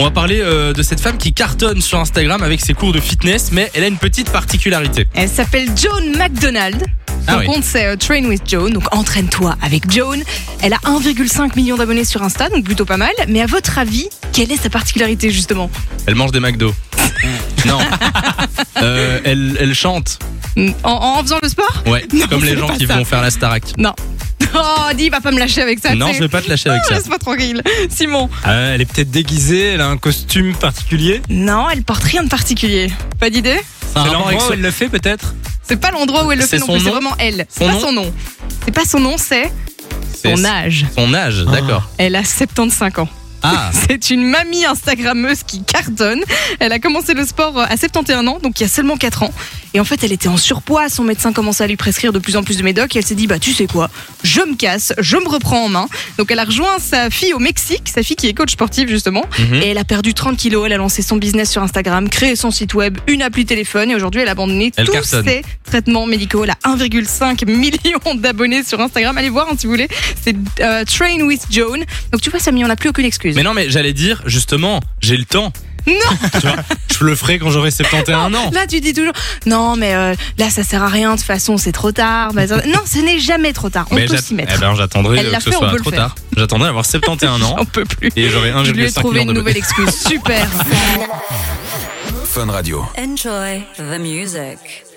On va parler euh, de cette femme qui cartonne sur Instagram avec ses cours de fitness, mais elle a une petite particularité. Elle s'appelle Joan McDonald. Ah Son oui. compte c'est euh, Train with Joan, donc entraîne-toi avec Joan. Elle a 1,5 million d'abonnés sur Insta, donc plutôt pas mal. Mais à votre avis, quelle est sa particularité justement Elle mange des McDo. non. Euh, elle, elle chante. Hmm, en, en faisant le sport Ouais. Non, comme les c'est gens pas qui ça. vont faire la Starac. Non. Oh, dis, va pas me lâcher avec ça. Non, tu sais. je vais pas te lâcher avec Ah, ça. Laisse-moi tranquille. Simon. Euh, elle est peut-être déguisée, elle a un costume particulier. Non, elle porte rien de particulier. Pas d'idée C'est rapport l'endroit avec où son- elle le fait peut-être C'est pas l'endroit où elle le C'est fait non son plus, c'est nom vraiment elle. C'est Son pas nom son nom. C'est pas son nom, c'est C'est- son âge. Son âge, Ah. d'accord. Elle a 75 ans. Ah, C'est une mamie Instagrammeuse qui cartonne. Elle a commencé le sport à 71 ans, donc il y a seulement 4 ans. Et en fait, elle était en surpoids. Son médecin commençait à lui prescrire de plus en plus de médocs. Et elle s'est dit, bah tu sais quoi, je me casse, je me reprends en main. Donc elle a rejoint sa fille au Mexique, sa fille qui est coach sportive justement. Mhm. Et elle a perdu 30 kilos. Elle a lancé son business sur Instagram, créé son site web, une appli téléphone. Et aujourd'hui, elle a abandonné Elle tous cartonne. ses traitements médicaux. Elle a 1,5 million d'abonnés sur Instagram. Allez voir hein, si vous voulez. C'est euh, Train with Joan. Donc tu vois, Samy, on n'a plus aucune excuse. Mais non, mais j'allais dire, justement, j'ai le temps. Non. Tu vois, Je le ferai quand j'aurai 71 ans. Là, tu dis toujours non, mais euh, là, ça sert à rien. De toute façon, c'est trop tard. Bah, ça- non, ce n'est jamais trop tard. On Mais peut j'at- s'y mettre. eh ben, j'attendrai Elle euh, l'a que ce fait, on soit peut le trop faire. tard. J'attendrai d'avoir 71 ans On peut plus. et j'aurai Je lui ai 1,5 trouvé million une de nouvelle excuse. Super. Fun Radio. Enjoy the music.